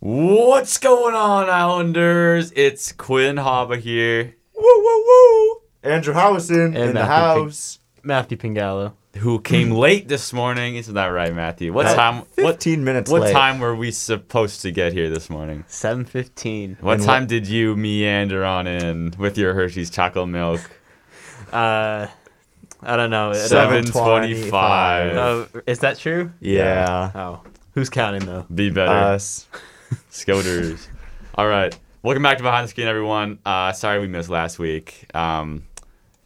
What's going on, Islanders? It's Quinn Haba here. Woo woo woo! Andrew Howison in the Matthew house. Matthew Pingallo. who came late this morning. Isn't that right, Matthew? What About time? What, 15 minutes what late. time were we supposed to get here this morning? 715. What And what- time did you meander on in with your Hershey's chocolate milk? Uh, I don't know. I don't- Seven twenty-five. Oh, is that true? Yeah. Uh, Oh. Who's counting, though? Be better, Us. Scoters. All right, welcome back to Behind the Skin, everyone. Uh, sorry we missed last week. Um,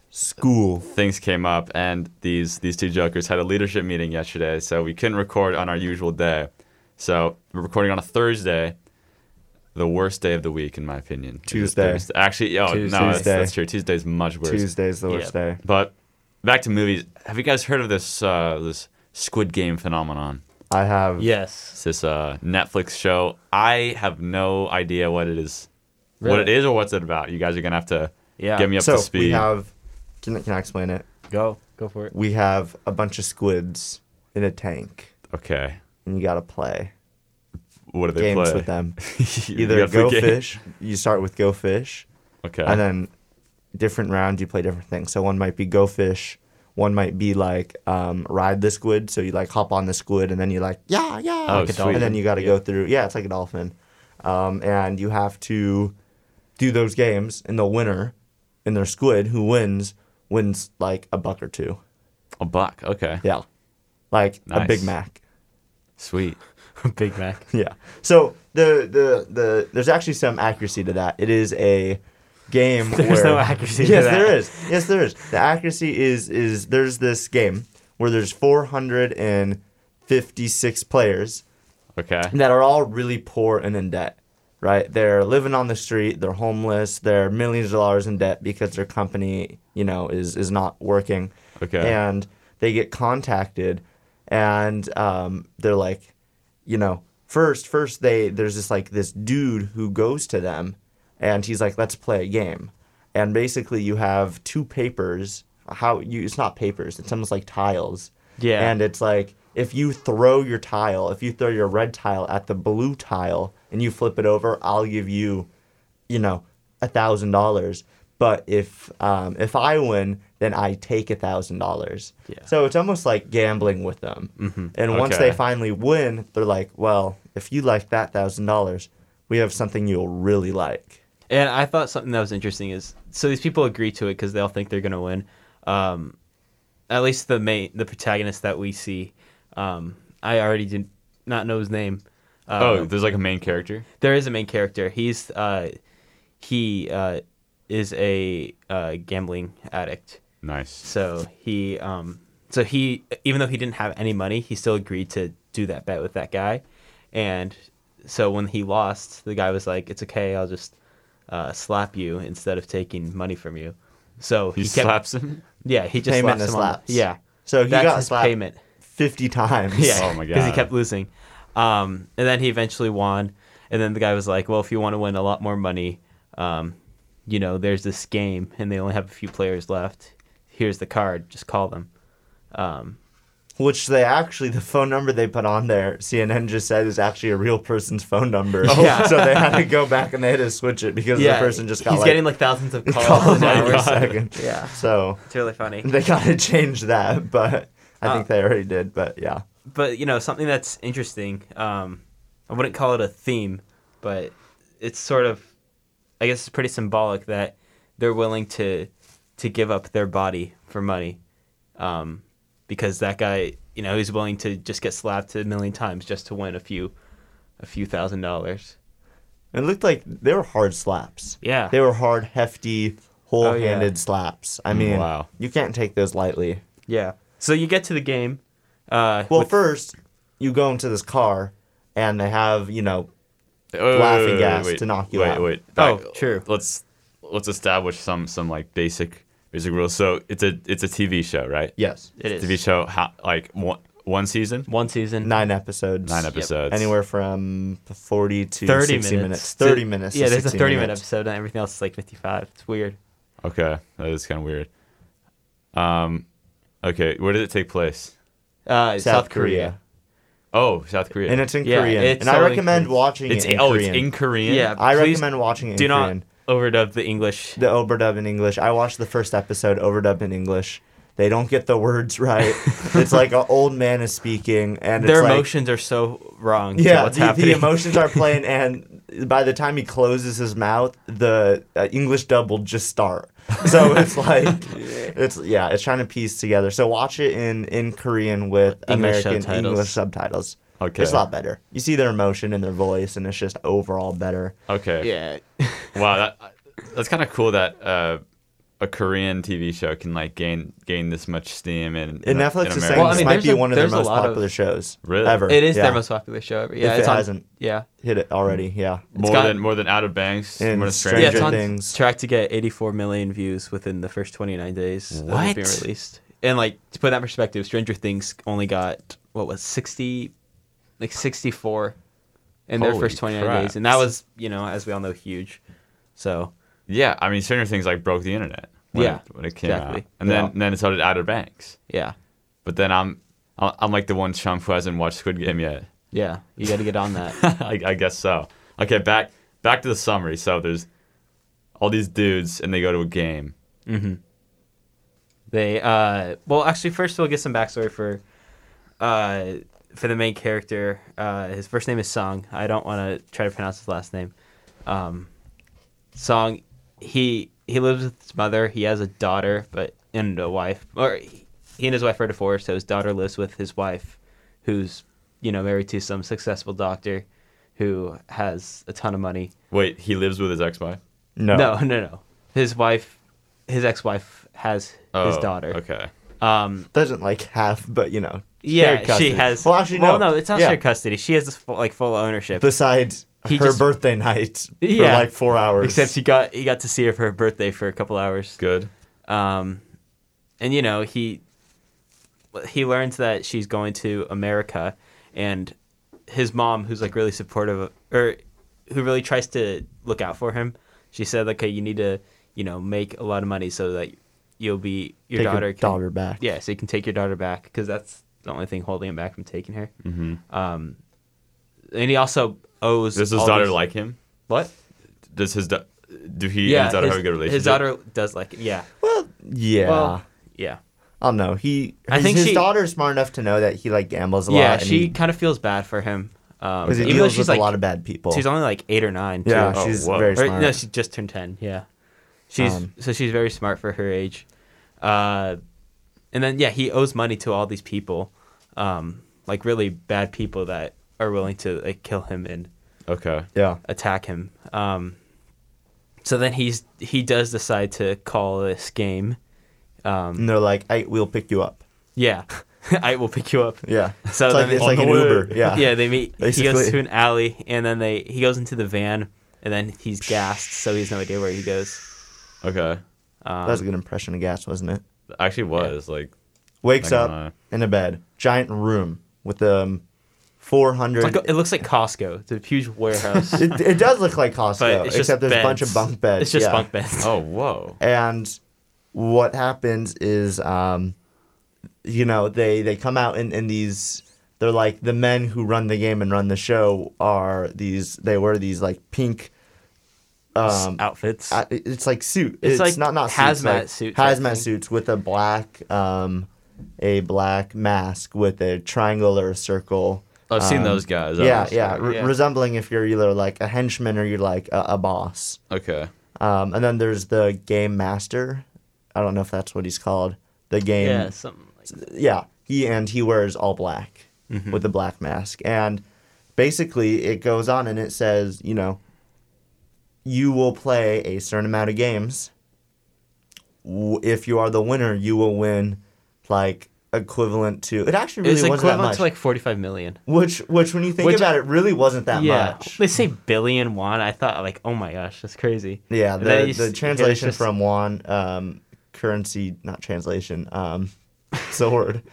School. things came up, and these these two jokers had a leadership meeting yesterday, so we couldn't record on our usual day. So we're recording on a Thursday, the worst day of the week, in my opinion. It's just Tuesday. Thursday. Actually, oh Tuesday. no, that's, Tuesday. that's true. Tuesday's much worse. Tuesday's the worst day. But back to movies. Have you guys heard of this uh, this Squid Game phenomenon? I have. Yes. It's this uh, Netflix show. I have no idea what it is, what Really? it is, or what's it about. You guys are gonna have to Yeah. get me up So to speed. we have. Can, can I explain it? Go. Go for it. We have a bunch of squids in a tank, okay, and you gotta play what do they games play? with them. You Either gotta play go games. fish. You start with go fish, Okay. and then different round you play different things. So one might be go fish. One might be like um, ride the squid, so you like hop on the squid and then you like yeah yeah, Oh, like a sweet. dolphin. and then you got to go through yeah it's like a dolphin, um, and you have to do those games and the winner in their squid who wins wins like a buck or two A buck. Okay. yeah, like a Big Nice. Mac Sweet. Big Mac. yeah. So the the the there's actually some accuracy to that. It is a game where There's no accuracy to Yes, that. there is. Yes, there is. The accuracy is is there's this game where there's 456 players Okay. that are all really poor and in debt. Right? They're living on the street, they're homeless, they're millions of dollars in debt because their company, you know, is is not working Okay. and they get contacted and um, they're like you know first first they there's this like this dude who goes to them and he's like let's play a game and basically you have two papers how you it's not papers it's almost like tiles Yeah. and it's like if you throw your tile if you throw your red tile at the blue tile and you flip it over i'll give you you know, a thousand dollars. But if um, if I win, then I take a thousand dollars. Yeah. So it's almost like gambling with them. Mm-hmm. And once they Okay. finally win, they're like, "Well, if you like that thousand dollars, we have something you'll really like." And I thought something that was interesting is so these people agree to it because they all think they're going to win. Um, at least the main, the protagonist that we see. Um, I already did not know his name. Uh, Oh, there's like a main character. There is a main character. He's uh, he uh, is a uh, gambling addict. Nice. So he um, so he even though he didn't have any money, he still agreed to do that bet with that guy. And so when he lost, the guy was like, "It's okay, I'll just uh, slap you instead of taking money from you." So He, he, kept, slaps him. Yeah, he just Payment slaps and him on the- slaps. yeah, So he that's got his slapped payment. fifty times. Yeah. Oh my Because he God. kept losing. Um, and then he eventually won. And then the guy was like, well, if you want to win a lot more money, um, you know, there's this game and they only have a few players left. Here's the card. Just call them. Um, Which they actually, the phone number they put on there, CNN just said is actually a real person's phone number. Yeah. So they had to go back and they had to switch it because the person just got he's like, getting like thousands of calls. called an every hour. second. Yeah. So It's really funny. they gotta change that, but I Uh, think they already did. But yeah, but you know something that's interesting um, i wouldn't call it a theme but it's sort of i guess it's pretty symbolic that they're willing to to give up their body for money um, because that guy you know he's willing to just get slapped a million times just to win a few a few thousand dollars it looked like they were hard slaps. Yeah. they were hard, hefty, whole-handed Oh, yeah. slaps. I mean, wow. you can't take those lightly. yeah so you get to the game uh, Well, with- first you go into this car, and they have you know Oh, Laughing gas to knock you wait, out. Wait, Oh, Back- true. Let's let's establish some some like basic basic rules. So it's a it's a TV show, right? yes, it TV is show. How, like one one season, one season nine episodes. nine episodes. Anywhere from forty to 30 60 minutes. minutes. Thirty minutes. to yeah there's a 60 30 minute minutes. episode and everything else is like 55 it's weird Okay, that is kind of weird. Um, okay, where did it take place? uh, South Korea. Oh, South Korea. and it's in Yeah, Korean. it's and I all in recommend Korean. watching It's it. In oh, Korean. it's in Korean. Yeah. I Please recommend watching it in Do not Korean. overdub the English. The overdub in English. I watched the first episode overdub in English. They don't get the words right. it's like an old man is speaking, and Their it's like, emotions are so wrong. to Yeah, what's the, happening. the emotions are playing, and by the time he closes his mouth, the uh, English dub will just start. So it's like, it's yeah, it's trying to piece together. So watch it in in Korean with English American subtitles. English subtitles. Okay. it's a lot better. You see their emotion in their voice, and it's just overall better. Okay. Yeah. Wow, that, that's kind of cool that uh, a Korean TV show can like gain gain this much steam and And Netflix is saying America. Well, I this mean, might there's be a- one of their there's a most lot of- popular shows Really? ever. It is yeah. their most popular show ever. Yeah, If it's it on- hasn't Yeah, hit it already, Mm. yeah. more got- than more than Out of Banks, And more than Stranger Yeah, Stranger. it's on- Things. Track to get 84 million views within the first 29 days of it being What? released. And like to put that in perspective, Stranger Things only got what was 60, like 64 in their Holy first 29 crap. days, and that was you know as we all know huge. So yeah, I mean Stranger Things like broke the internet. When Yeah, it, when it came out, exactly. and then Yeah. and then so did Outer Banks. yeah, But then I'm I'm I'm like the one chump who hasn't watched Squid Game yet. yeah, you got to get on that. I, I guess so. Okay, back back to the summary. So there's all these dudes, and they go to a game. They uh well actually first we'll get some backstory for uh for the main character. Uh his first name is Song. I don't wanna try to pronounce his last name. Um Song he he lives with his mother, he has a daughter but and a wife. Or he and his wife are divorced, so his daughter lives with his wife who's, you know, married to some successful doctor who has a ton of money. Wait, he lives with his ex-wife. No. No, no, no. His wife his ex wife has Oh, his daughter. Okay. Um Doesn't like half, but you know. shared Yeah, she custody. has. Well, actually, well, no. no, it's not Yeah. shared custody. She has this full, like full ownership. Besides He her just- birthday night for Yeah. like four hours. except he got he got to see her for her birthday for a couple hours. Good. Um, and you know he he learns that she's going to America, and his mom, who's like really supportive of, or who really tries to look out for him, she said, "Okay, you need to you know make a lot of money so that you'll be your Take daughter your can- daughter back. Yeah, so you can take your daughter back because that's the only thing holding him back from taking her. hmm Um, and he also owes. Does his all daughter these- like him? what? Does his da- do he yeah, and his daughter his, have a good relationship? His daughter does like it. Yeah, Well, yeah. Well, yeah, I don't know. He. I his- think his she- daughter's smart enough to know that he like gambles a lot. yeah. and She he- kind of feels bad for him. Um, 'cause he even though deals she's with like a lot of bad people. she's only like eight or nine. yeah, too. oh, she's whoa. very Or- smart. no, she just turned ten. Yeah, she's Um, so she's very smart for her age. Uh, and then yeah, he owes money to all these people, um, like really bad people that are willing to like kill him and Okay. yeah. attack him. Um, so then he's he does decide to call this game. Um, And they're like, I, we'll pick you up. yeah, I will pick you up. Yeah. So it's then like, it's they- like On an the way. Uber. Yeah. yeah, they meet. He Basically. goes to an alley, and then they he goes into the van, and then he's gassed, so he has no idea where he goes. Okay. Um, That was a good impression of gas, wasn't it? Actually, was like Wakes Not up gonna lie. in a bed, giant room with um, 400. it's like- it looks like Costco. It's a huge warehouse, it, it does look like Costco, but it's just except there's a bunch beds. of bunk beds. It's just yeah. bunk beds. oh whoa. And what happens is, um, you know, they they come out in in these. They're like the men who run the game and run the show are these. They wear these like pink. Um, outfits. I- it's like suit. It's It's, like not not suits, hazmat like suit type Hazmat thing. suits with a black um, a black mask with a triangle or a circle. I've seen um, those guys. Yeah, obviously. yeah, re- yeah. resembling if you're either like a henchman or you're like a, a boss. Okay. Um, and then there's the game master. I don't know if that's what he's called. The game. yeah, something like that. Yeah. He and he wears all black Mm-hmm. with the black mask. And basically, it goes on and it says, you know, you will play a certain amount of games. W- If you are the winner, you will win like equivalent to. It actually really it's wasn't that equivalent much. to like forty-five million. which, which when you think Which- about it, really wasn't that yeah, much. they say billion one. I thought like, oh my gosh, that's crazy. Yeah, And then the, you s- the it's translation just- from one um, currency, not translation, um, it's the word.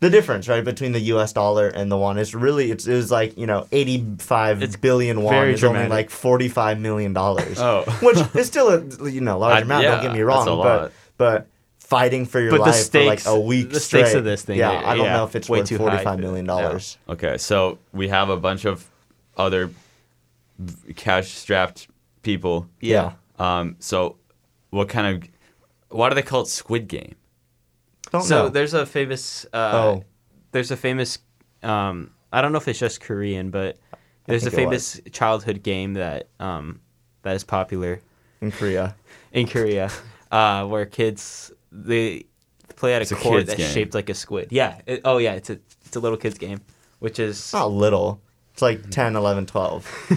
The difference, right, between the U.S. dollar and the one is really it's it was like you know It's eighty-five billion won very is dramatic. only like forty-five million dollars, Oh. which is still a you know large I- amount. yeah, don't get me that's wrong, a lot. but but fighting for your But the life stakes- for like a week the straight. stakes of this thing Yeah, are- I don't yeah, know if it's way worth too high. forty-five million dollars. Okay, so we have a bunch of other cash-strapped people. Yeah. Um, so, what kind of? Why do they call it Squid Game? Don't So know. there's a famous. Uh, Oh. There's a famous. Um, I don't know if it's just Korean, but there's a think it famous childhood game that um, that is popular in Korea. in Korea, uh, where kids they play at a a court kids that's game. shaped like a squid. Yeah. it- oh yeah, it's a it's a little kids game, which is It's not little. It's like 10, 11, 12.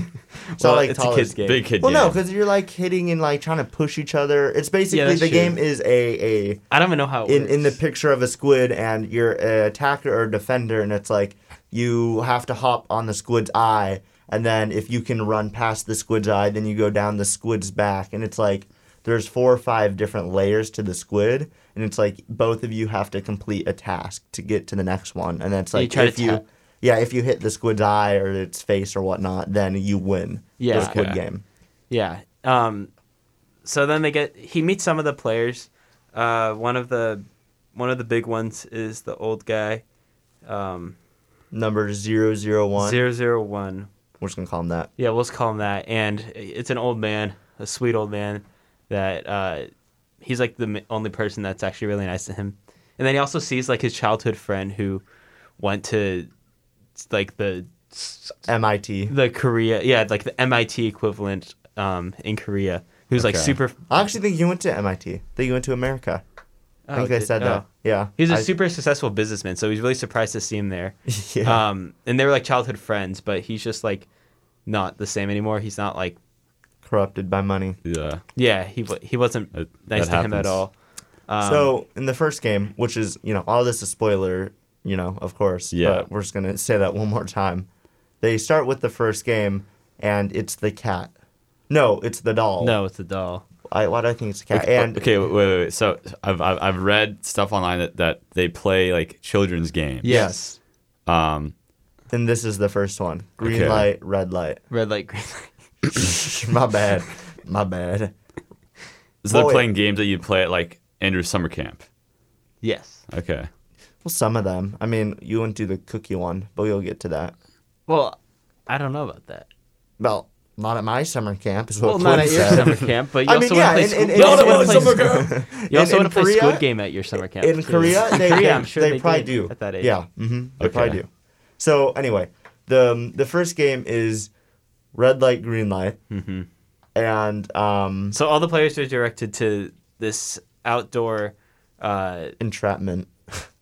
It's well, not like it's a tallest- kids game. Big kid Well, game. no, because you're like hitting and like trying to push each other. It's basically that's the true. game is a a I don't even know how it in works. in the picture of a squid, and you're a attacker or defender, and it's like you have to hop on the squid's eye, and then if you can run past the squid's eye, then you go down the squid's back, and it's like there's four or five different layers to the squid, and it's like both of you have to complete a task to get to the next one, and it's You like try to if you tap. yeah, if you hit the squid's eye or its face or whatnot, then you win Yeah. the squid Okay. game. Yeah. Um, so then they get he meets some of the players. Uh, one of the one of the big ones is the old guy, um, Number zero zero one. zero zero one. We're just gonna call him that. Yeah, we'll just call him that. And it's an old man, a sweet old man that uh, he's like the m- only person that's actually really nice to him. And then he also sees like his childhood friend who went to like the s- MIT. the Korea, yeah, like the MIT equivalent um, in Korea, who's like Okay. super I actually think you went to MIT. I think you went to America. I think Oh, they did- said that. oh. Yeah. He was a I- super successful businessman, so he's really surprised to see him there. Yeah. Um, and they were like childhood friends, but he's just like not the same anymore. He's not like corrupted by money. Yeah. yeah, he wa- he wasn't That- nice that to him at happens. all. Um, so in the first game, which is you know all this is spoiler, you know of course. Yeah. But we're just gonna say that one more time. They start with the first game, and it's the cat. No, it's the doll. no, it's a doll. I, why do I think it's a cat? Okay, And okay, wait, wait, wait. So I've, I've I've read stuff online that, that they play like children's games. Yes. Um. then this is the first one. Green Okay. light, red light. red light, green light. My bad. My bad. So Well, they're wait. playing games that you play at like Andrew's summer camp. Yes. Okay. Well, some of them. I mean, you went to the cookie one, but we'll get to that. Well, I don't know about that. Well, not at my summer camp. Is what Well, not Quinn at your said. summer camp, but you I mean, also yeah, want in- to in- play. Squ- in- you also in- want to play. in- Squid- You also in want to play Korea- Squid Game at your summer camp. in too. Korea, they, Korea, they, I'm sure they they probably do do. at that age. Yeah, hmm they probably Okay. do. So anyway, the um, the first game is red light, green light, Mm-hmm. and um, So all the players are directed to this outdoor. Uh, entrapment.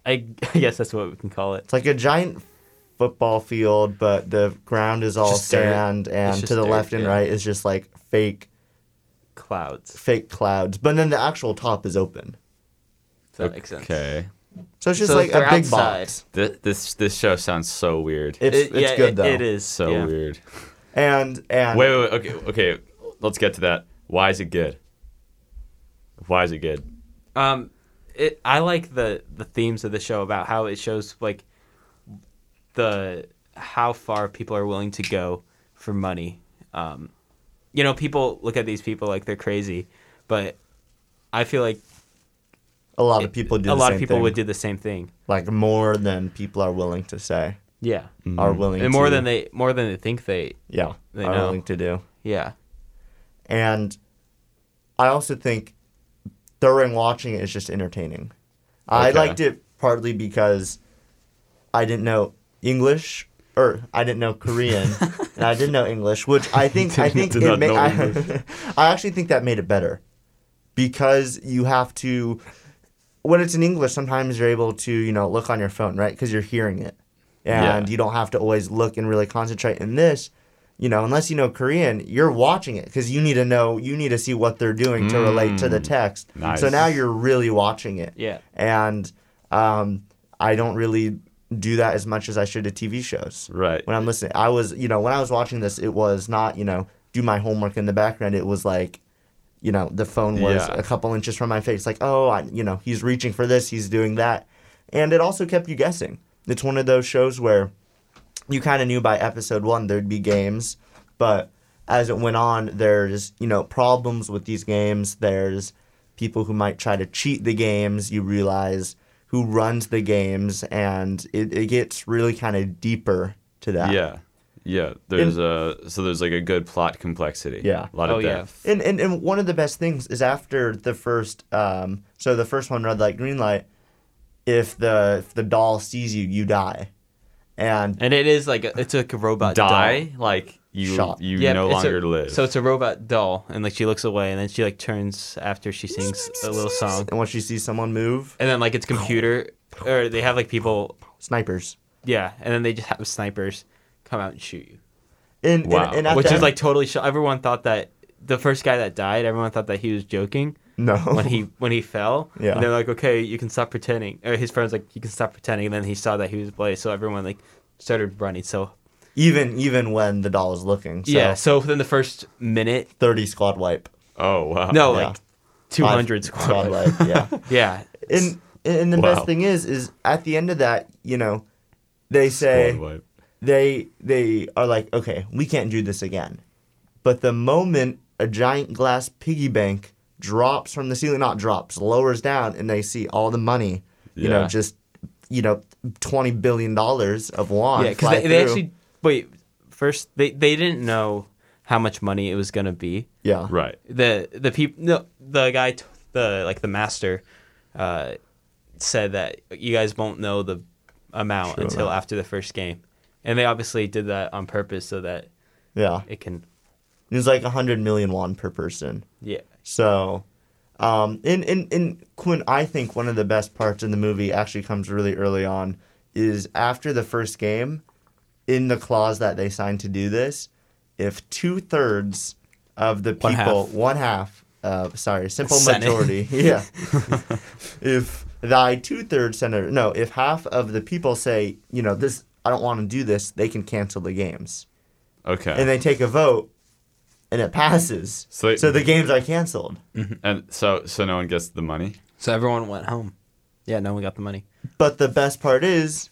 I, I guess that's what we can call it. It's like a giant football field, but the ground is all Just dirt. sand, and just to the dirt, left and yeah. right is just like fake Clouds. fake clouds. But then the actual top is open, If that makes sense. Okay. so it's just So like a they're big outside. box. This this this show sounds so weird. It's It- it's yeah, good it- though. It is so yeah. weird. And and Wait, wait, wait, okay, okay. Let's get to that. Why is it good? Why is it good? Um, it, I like the the themes of the show about how it shows like the how far people are willing to go for money. Um, you know, people look at these people like they're crazy, but I feel like a lot of people do. a the lot same of people thing. would do the same thing. like more than people are willing to say Yeah, are willing Mm. and more to, than they more than they think they. yeah they are know. willing to do Yeah, and i also think during watching it is just entertaining i Okay. liked it partly because i didn't know english or I didn't know Korean, and I didn't know English, which I think I Did- think did it not made. know I, English. I actually think that made it better because you have to when it's in English, sometimes you're able to, you know, look on your phone, right? Because you're hearing it. And Yeah. you don't have to always look and really concentrate. In this, you know, unless you know Korean, you're watching it because you need to know, you need to see what they're doing to relate to the text. Mm. nice. So now you're really watching it. Yeah. And um, I don't really do that as much as I should to TV shows. Right. When I'm listening, I was, you know, when I was watching this, it was not, you know, do my homework in the background. It was like, you know, the phone was Yeah. a couple inches from my face. Like, oh, I, you know, he's reaching for this, he's doing that. And it also kept you guessing. It's one of those shows where you kind of knew by episode one there'd be games, but as it went on, there's, you know, problems with these games. There's people who might try to cheat the games. You realize who runs the games, and it, it gets really kind of deeper to that. Yeah. Yeah. There's a so there's like a good plot complexity. Yeah. A lot Oh of yeah. depth. And, and and one of the best things is after the first um so the first one red light green light if the if the doll sees you you die and And it is like a, it's like a robot Die doll. like you Shot. you Yeah, no it's a- longer live. So it's a robot doll, and like she looks away, and then she like turns after she sings a little song, and once you see someone move and then like it's computer, or they have like people, snipers yeah, and then they just have snipers come out and shoot you, and and- Wow. and, at which the is end- like totally. Sh- everyone thought that the first guy that died, everyone thought that he was joking no when he when he fell. Yeah. and they're like, okay, you can stop pretending. Or his friends like, you can stop pretending. And then he saw that he was blazed, so everyone like started running. So even even when the doll is looking so yeah, so within the first minute, 30 squad wipe oh wow. no, yeah. like two Five hundred squad. wipe yeah Yeah, and and the Wow. best thing is is at the end of that you know they say Blood wipe. they they are like, okay, we can't do this again. But the moment a giant glass piggy bank drops from the ceiling, not drops, lowers down, and they see all the money, Yeah. you know, just you know, twenty billion dollars of wand. yeah, because fly they, they through. actually wait. First, they they didn't know how much money it was gonna be. yeah, Right. the The people, no, the guy, t- the like the master, uh, said that you guys won't know the amount True until amount. after the first game, and they obviously did that on purpose so that yeah. it can, It was like hundred million won per person. yeah, So, um, and, and, and Quinn, I think one of the best parts in the movie actually comes really early on is after the first game, in the clause that they signed to do this, if two thirds of the One half. people, one half, uh, sorry, simple Senate. majority, yeah, if thy two thirds senator, no, if half of the people say, you know, this, I don't want to do this, they can cancel the games. Okay. And they take a vote and it passes. So they- so the games are canceled. And so so no one gets the money. so everyone went home. Yeah, no one got the money. But the best part is,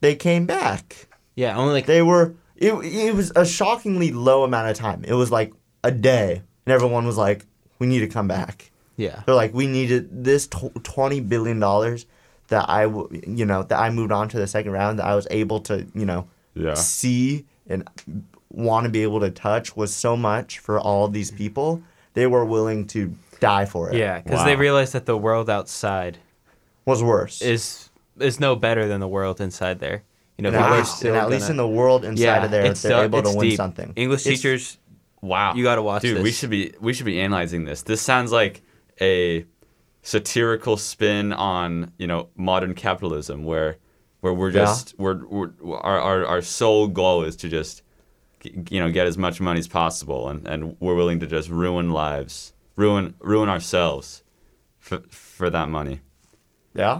they came back. Yeah, only like They were. It, it was a shockingly low amount of time. It was like a day, and everyone was like, "We need to come back." yeah, They're like, "We needed this tw- twenty billion dollars that I, w- you know, that I moved on to the second round that I was able to, you know, Yeah. see and want to be able to touch was so much for all these people. They were willing to die for it. yeah, because they Wow. realized that the world outside was worse. is is no better than the world inside there. You know, and people at are least, still and at least gonna- in the world inside of there, it's they're so- able to it's win deep. somethers. English It's- teachers, Wow. you gotta watch Dude, we this. should be we should be analyzing this. This sounds like a satirical spin on, you know, modern capitalism where where we're Yeah. just we're, we're our, our our sole goal is to just g- you know, get as much money as possible and and we're willing to just ruin lives, ruin ruin ourselves for for that money. Yeah.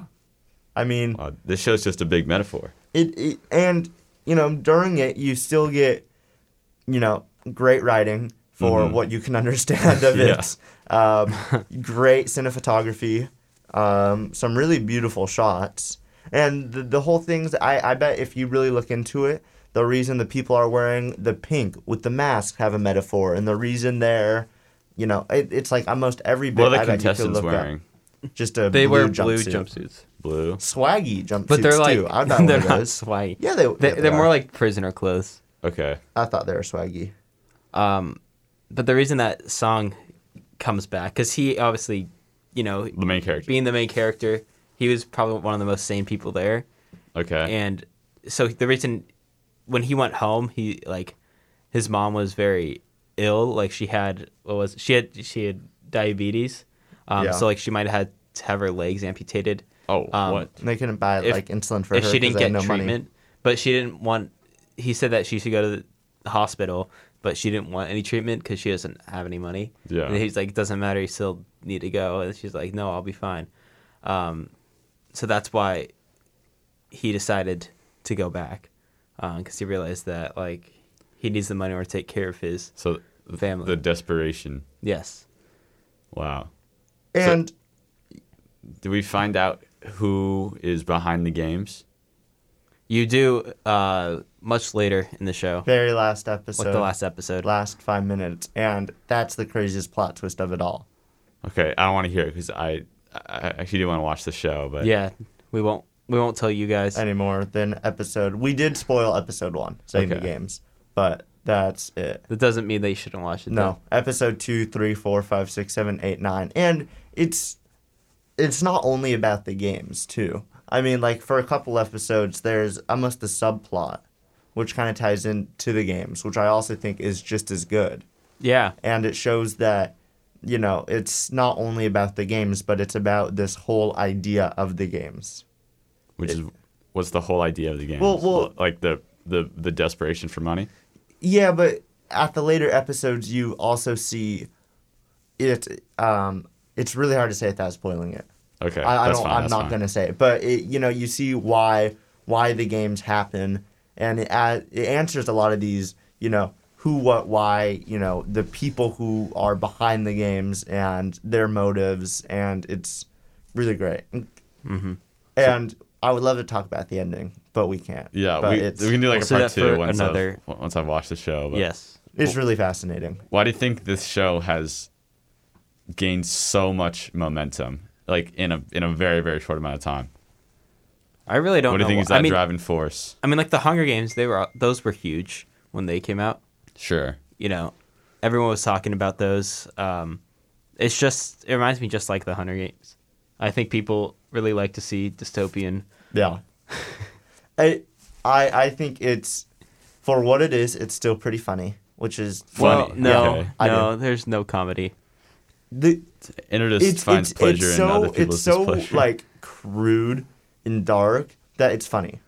I mean, Wow, this show's just a big metaphor. it, it and you know, during it you still get you know, great writing for what you can understand of Mm-hmm. Yeah. it. Um, great cinematography, um, some really beautiful shots. And the, the whole thing's I, I bet if you really look into it, the reason the people are wearing the pink with the mask have a metaphor and the reason they're you know, it, it's like almost every bit What are I the bet you could contestants look up. wearing? Just a they blue wear jumpsuit. blue jumpsuits, Blue. swaggy jumpsuits but they're like too. I got they're one of not those. swaggy. Yeah, they, they, yeah, they they're more are. like prisoner clothes. Okay. I thought they were swaggy. Um, but the reason that song comes back because he obviously, you know, The main character. being the main character, he was probably one of the most sane people there, Okay. and so the reason when he went home, he like his mom was very ill. Like she had what was it? she had she had diabetes, um, Yeah. so like she might have had to have her legs amputated. oh, um, what? And They couldn't buy If- like insulin for if her she 'cause didn't they get had no treatment, money. but she didn't want. He said that she should go to the hospital, but she didn't want any treatment because she doesn't have any money. Yeah. And he's like, it doesn't matter. You still need to go. And she's like, no, I'll be fine. Um, so that's why he decided to go back because he realized that like he needs the money or take care of his So th- family. the desperation. yes. Wow. And Do we find out who is behind the games? You do uh, much later in the show, very last episode, like the last episode. last five minutes, and that's the craziest plot twist of it all. Okay, I don't want to hear it because I, I actually do want to watch the show, but Yeah, we won't we won't tell you guys. anymore than episode. We did spoil episode one, saving the Okay. games, but that's it. That doesn't mean that you shouldn't watch it. No, episode two, three, four, five, six, seven, eight, nine, and it's it's not only about the games too. I mean, like for a couple episodes, there's almost a subplot, which kind of ties into the games, which I also think is just as good. Yeah. and it shows that you know it's not only about the games but it's about this whole idea of the games which is what's the whole idea of the game? Well- well- like the the the desperation for money. yeah but at the later episodes you also see it um it's really hard to say without spoiling it Okay, I, I that's don't fine, i'm that's not fine. gonna say it but it, you know you see why why the games happen and it, a it answers a lot of these you know who what why you know the people who are behind the games and their motives and it's really great Mm-hmm. and i would love to talk about the ending but we can't Yeah, but we, it's, we can do like We'll a part save that for two once another- I've, once I've watched the show. But Yes. it's really fascinating why do you think this show has gained so much momentum like in a in a very very short amount of time? I really don't What do you know think wh- is that I mean, driving force? I mean, like the Hunger Games, they were those were huge when they came out. Sure. You know, everyone was talking about those. Um, it's just it reminds me just like the Hunger Games. I think people really like to see dystopian. Yeah. I, I I think it's for what it is, it's still pretty funny, which is Funny. Well, no, Okay. I no, there's no comedy. the It just it's finds it's, pleasure it's in so other people's it's so displeasure. like crude and dark that it's funny.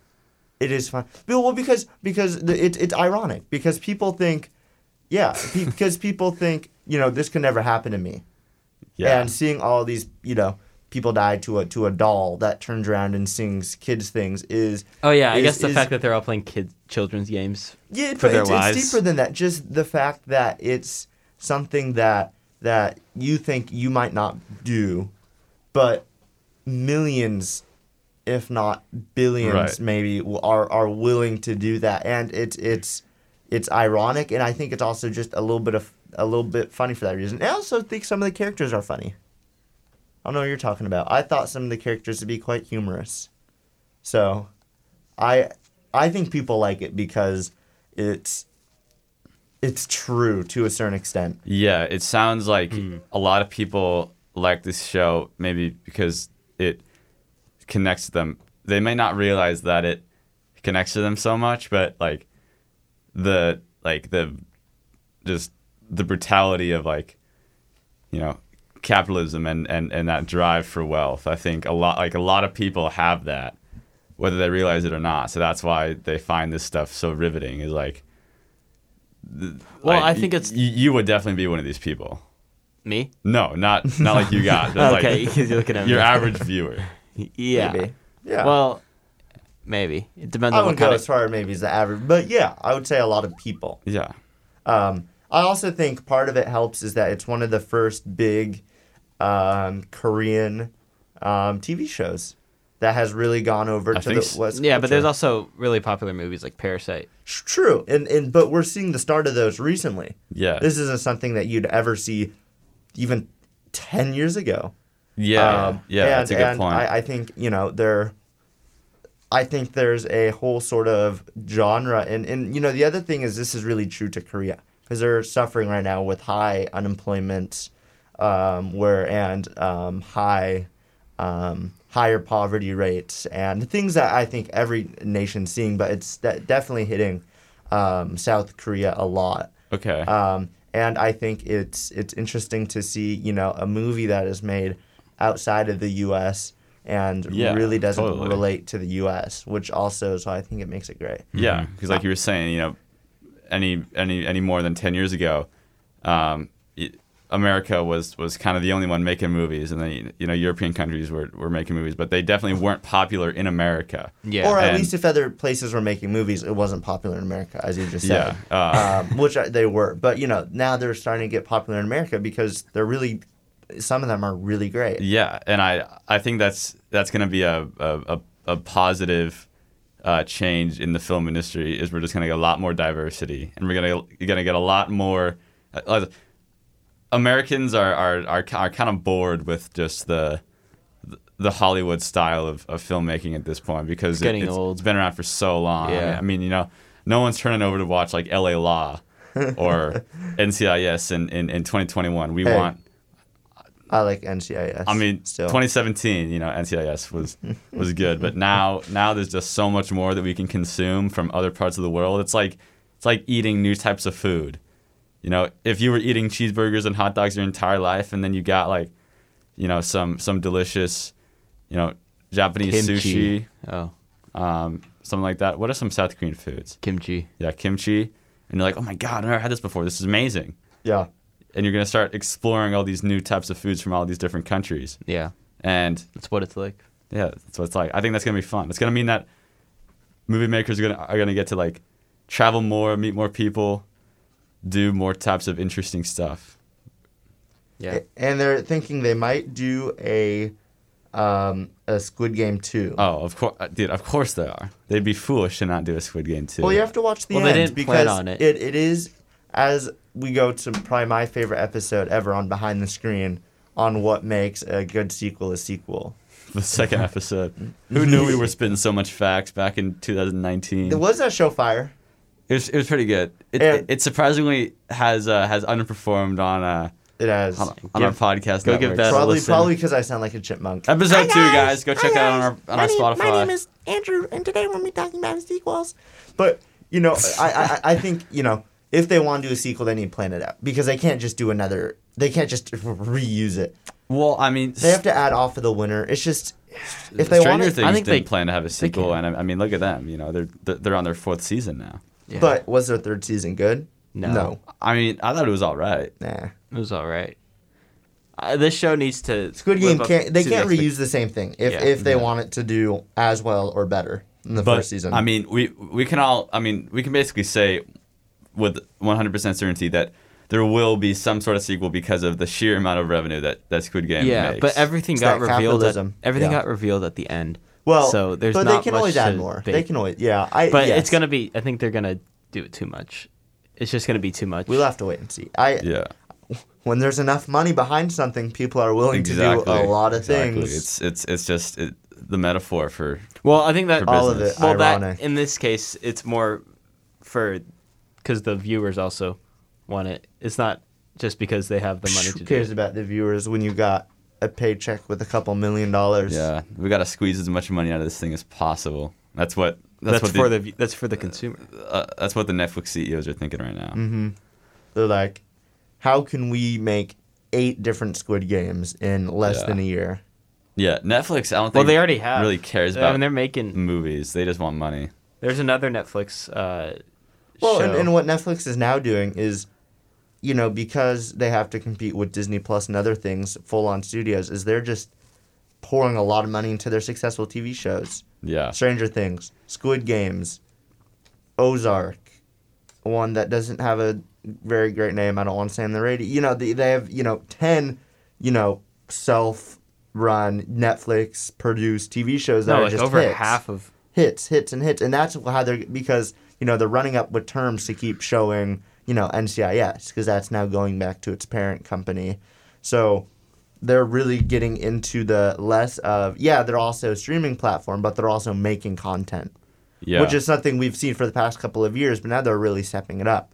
It is fun. Well, well, because because the, it, it's ironic because people think, yeah, pe- because people think you know this could never happen to me. yeah. and seeing all these you know people die to a to a doll that turns around and sings kids things is Oh yeah, I is- guess the is- fact that they're all playing kids children's games. yeah, for but their it's, lives. it's deeper than that. Just the fact that it's something that that you think you might not do, but millions, if not billions, Right. maybe w- are are willing to do that, and it's it's it's ironic, and I think it's also just a little bit of a little bit funny for that reason. I also think some of the characters are funny. I don't know what you're talking about. I thought some of the characters would be quite humorous, so I I think people like it because it's it's true to a certain extent. Yeah, it sounds like Hmm. a lot of people like this show maybe because it connects to them. They may not realize that it connects to them so much, but like the like the just the brutality of like you know capitalism and and and that drive for wealth. I think a lot like a lot of people have that whether they realize it or not. So that's why they find this stuff so riveting is like Well, like, I think y- it's y- you would definitely be one of these people. me. No, not not like you got. But Okay, like because you're looking at me. your average viewer. Yeah. Maybe. Yeah. Well, maybe it depends I on what wouldn't go kind as of. far as maybe as the average, but yeah, I would say a lot of people. Yeah. Um, I also think part of it helps is that it's one of the first big um, Korean um, TV shows that has really gone over I to think the s- West. Yeah, but there's culture. also really popular movies like Parasite. True, and and but we're seeing the start of those recently. Yeah. This isn't something that you'd ever see, even ten years ago. Yeah. Um, yeah. and, that's a good and point. I, I think you know there. I think there's a whole sort of genre, and and you know the other thing is this is really true to Korea because they're suffering right now with high unemployment, um, where and um, high. Um, higher poverty rates and things that I think every nation's seeing, but it's de- definitely hitting um, South Korea a lot. okay. Um, and I think it's it's interesting to see you know a movie that is made outside of the U.S. and Yeah, really doesn't totally. relate to the U.S., which also so I think it makes it great. yeah, because like you were saying, you know, any any any more than ten years ago, um, y- America was was kind of the only one making movies, and then you know European countries were were making movies, but they definitely weren't popular in America. Yeah. or at and- least if other places were making movies, it wasn't popular in America, as you just Yeah. said. Uh, um, which I- they were, but you know now they're starting to get popular in America because they're really, some of them are really great. Yeah, and I I think that's that's going to be a a, a, a positive uh, change in the film industry is we're just going to get a lot more diversity and we're going to going to get a lot more. uh, Americans are are are, ki- are kind of bored with just the the Hollywood style of, of filmmaking at this point because It's getting it, old. it's been around for so long. Yeah. I mean, you know, no one's turning over to watch like L.A. Law or NCIS in, in, in 2021. We Hey. want I like NCIS. I mean, still. 2017, you know, NCIS was was good, but now now there's just so much more that we can consume from other parts of the world. It's like it's like eating new types of food. You know, if you were eating cheeseburgers and hot dogs your entire life, and then you got like, you know, some some delicious, you know, Japanese Kimchi. Oh, sushi, um, something like that. What are some South Korean foods? kimchi. Yeah, kimchi, and you're like, oh my god, I've never had this before. This is amazing. yeah. And you're gonna start exploring all these new types of foods from all these different countries. Yeah, And that's what it's like. yeah, that's what it's like. I think that's gonna be fun. It's gonna mean that movie makers are gonna are gonna get to like travel more, meet more people, do more types of interesting stuff. Yeah, A- And they're thinking they might do a um, a Squid Game 2. Oh, of course, dude. Of course they are. They'd be foolish to not do a Squid Game too. Well, you have to watch the Well, they end didn't plan because on it. it. It is as we go to probably my favorite episode ever on behind the screen on what makes a good sequel a sequel. the second episode. Who knew we were spitting so much facts back in 2019? There was that show Fire. It was, it was pretty good. It, Yeah. it, it surprisingly has uh, has underperformed on uh, It has on, on our give- podcast. go networks. give that a probably listen. probably because I sound like a chipmunk. Episode two, guys. Go check it out on our on our Spotify. is Andrew, and today we're going to be talking about sequels. But, you know, I, I, I think, you know, if they want to do a sequel, they need to plan it out because they can't just do another, they can't just reuse it. well, I mean, They have to add off of the winner. It's just, if they Stranger want it, Things I think didn't they- plan to have a sequel, can. and I, I mean, look at them. You know, they're they're- they're on their fourth season now. yeah. But was their third season good? No. No. I mean, I thought it was all right. Nah. it was all right. Uh, this show needs to Squid live Game up can't, they to the can't expect- reuse the same thing if, Yeah. if they want it to do as well or better in the But first season. I mean, we we can all. I mean, we can basically say with 100% certainty that there will be some sort of sequel because of the sheer amount of revenue that that Squid Game Yeah, makes. but everything It's that got revealed. At, capitalism. everything Yeah. got revealed at the end. well, so there's but not they can much always add to more. bake. They can always, yeah. I, but yes. it's gonna be. I think they're gonna do it too much. It's just gonna be too much. We'll have to wait and see. I, yeah, when there's enough money behind something, people are willing exactly. to do a lot of Exactly. things. It's it's it's just it, the metaphor for Well, I think that For All of business. it, Well, ironic. that in this case, it's more for because the viewers also want it. It's not just because they have the money to Who do cares it. about the viewers when you got a paycheck with a couple million dollars? yeah. We got to squeeze as much money out of this thing as possible. That's what that's, That's, what for the, the, view- that's for the consumer. uh, that's what the Netflix CEOs are thinking right Mm-hmm. now. They're like, how can we make eight different Squid Games in less Yeah. than a year? Yeah, Netflix. I don't think. Well, they already have. Really cares I about mean, they're making. movies. They just want money. There's another Netflix. Uh, Well, and, show. and what Netflix is now doing is, you know, because they have to compete with Disney Plus and other things, full on studios, is they're just pouring a lot of money into their successful TV shows. Yeah. Stranger Things, Squid Games, Ozark, one that doesn't have a very great name. I don't want to say on the radio. You know, they, they have, you know, 10, you know, self run Netflix produced TV shows that no, are like just over hits. half of. hits, hits, and hits. And that's how they're, because, you know, they're running up with terms to keep showing, you know, NCIS, because that's now going back to its parent company. So they're really getting into the less of, yeah, they're also a streaming platform, but they're also making content Yeah. which is something we've seen for the past couple of years, but now they're really stepping it up.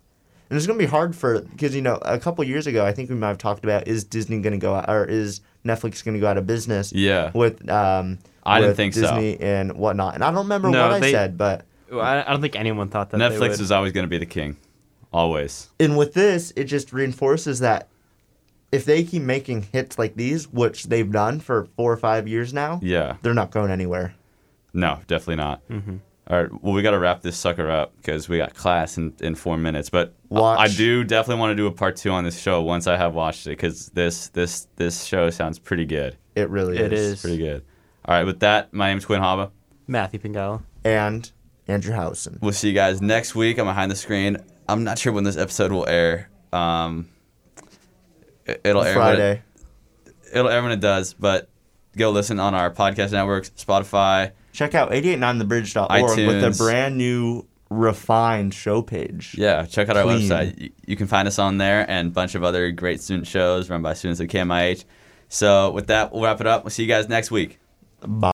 And it's going to be hard for because you know a couple years ago I think we might have talked about is Disney going to go out or is Netflix going to go out of business? Yeah. With um, I didn't with think so. Disney and whatnot, and I don't remember No, what I they- said, but Well, I, I don't think anyone thought that they Netflix would. is always going to be the king, always. and with this it just reinforces that if they keep making hits like these, which they've done for four or five years now, Yeah. they're not going anywhere. No, definitely not. Mm-hmm. right. Well, we got to wrap this sucker up because we got class in, in four minutes. But I- Watch. I do definitely want to do a part two on this show once I have watched it because this this this show sounds pretty good. It really It is. It's pretty good. All right. With that, my name's Quinn Haba. Matthew Pingala. And Andrew Howson. We'll see you guys next week on Behind the Screen. I'm not sure when this episode will air. Um, it- it'll air when it- Friday. it'll everyone it does, but go listen on our podcast networks, Spotify. Check out 889thebridge.org with a iTunes. brand new refined show page. Yeah, check out our Clean. website. You, you can find us on there and a bunch of other great student shows run by students at KMIH. So, with that, we'll wrap it up. We'll see you guys next week. Bye.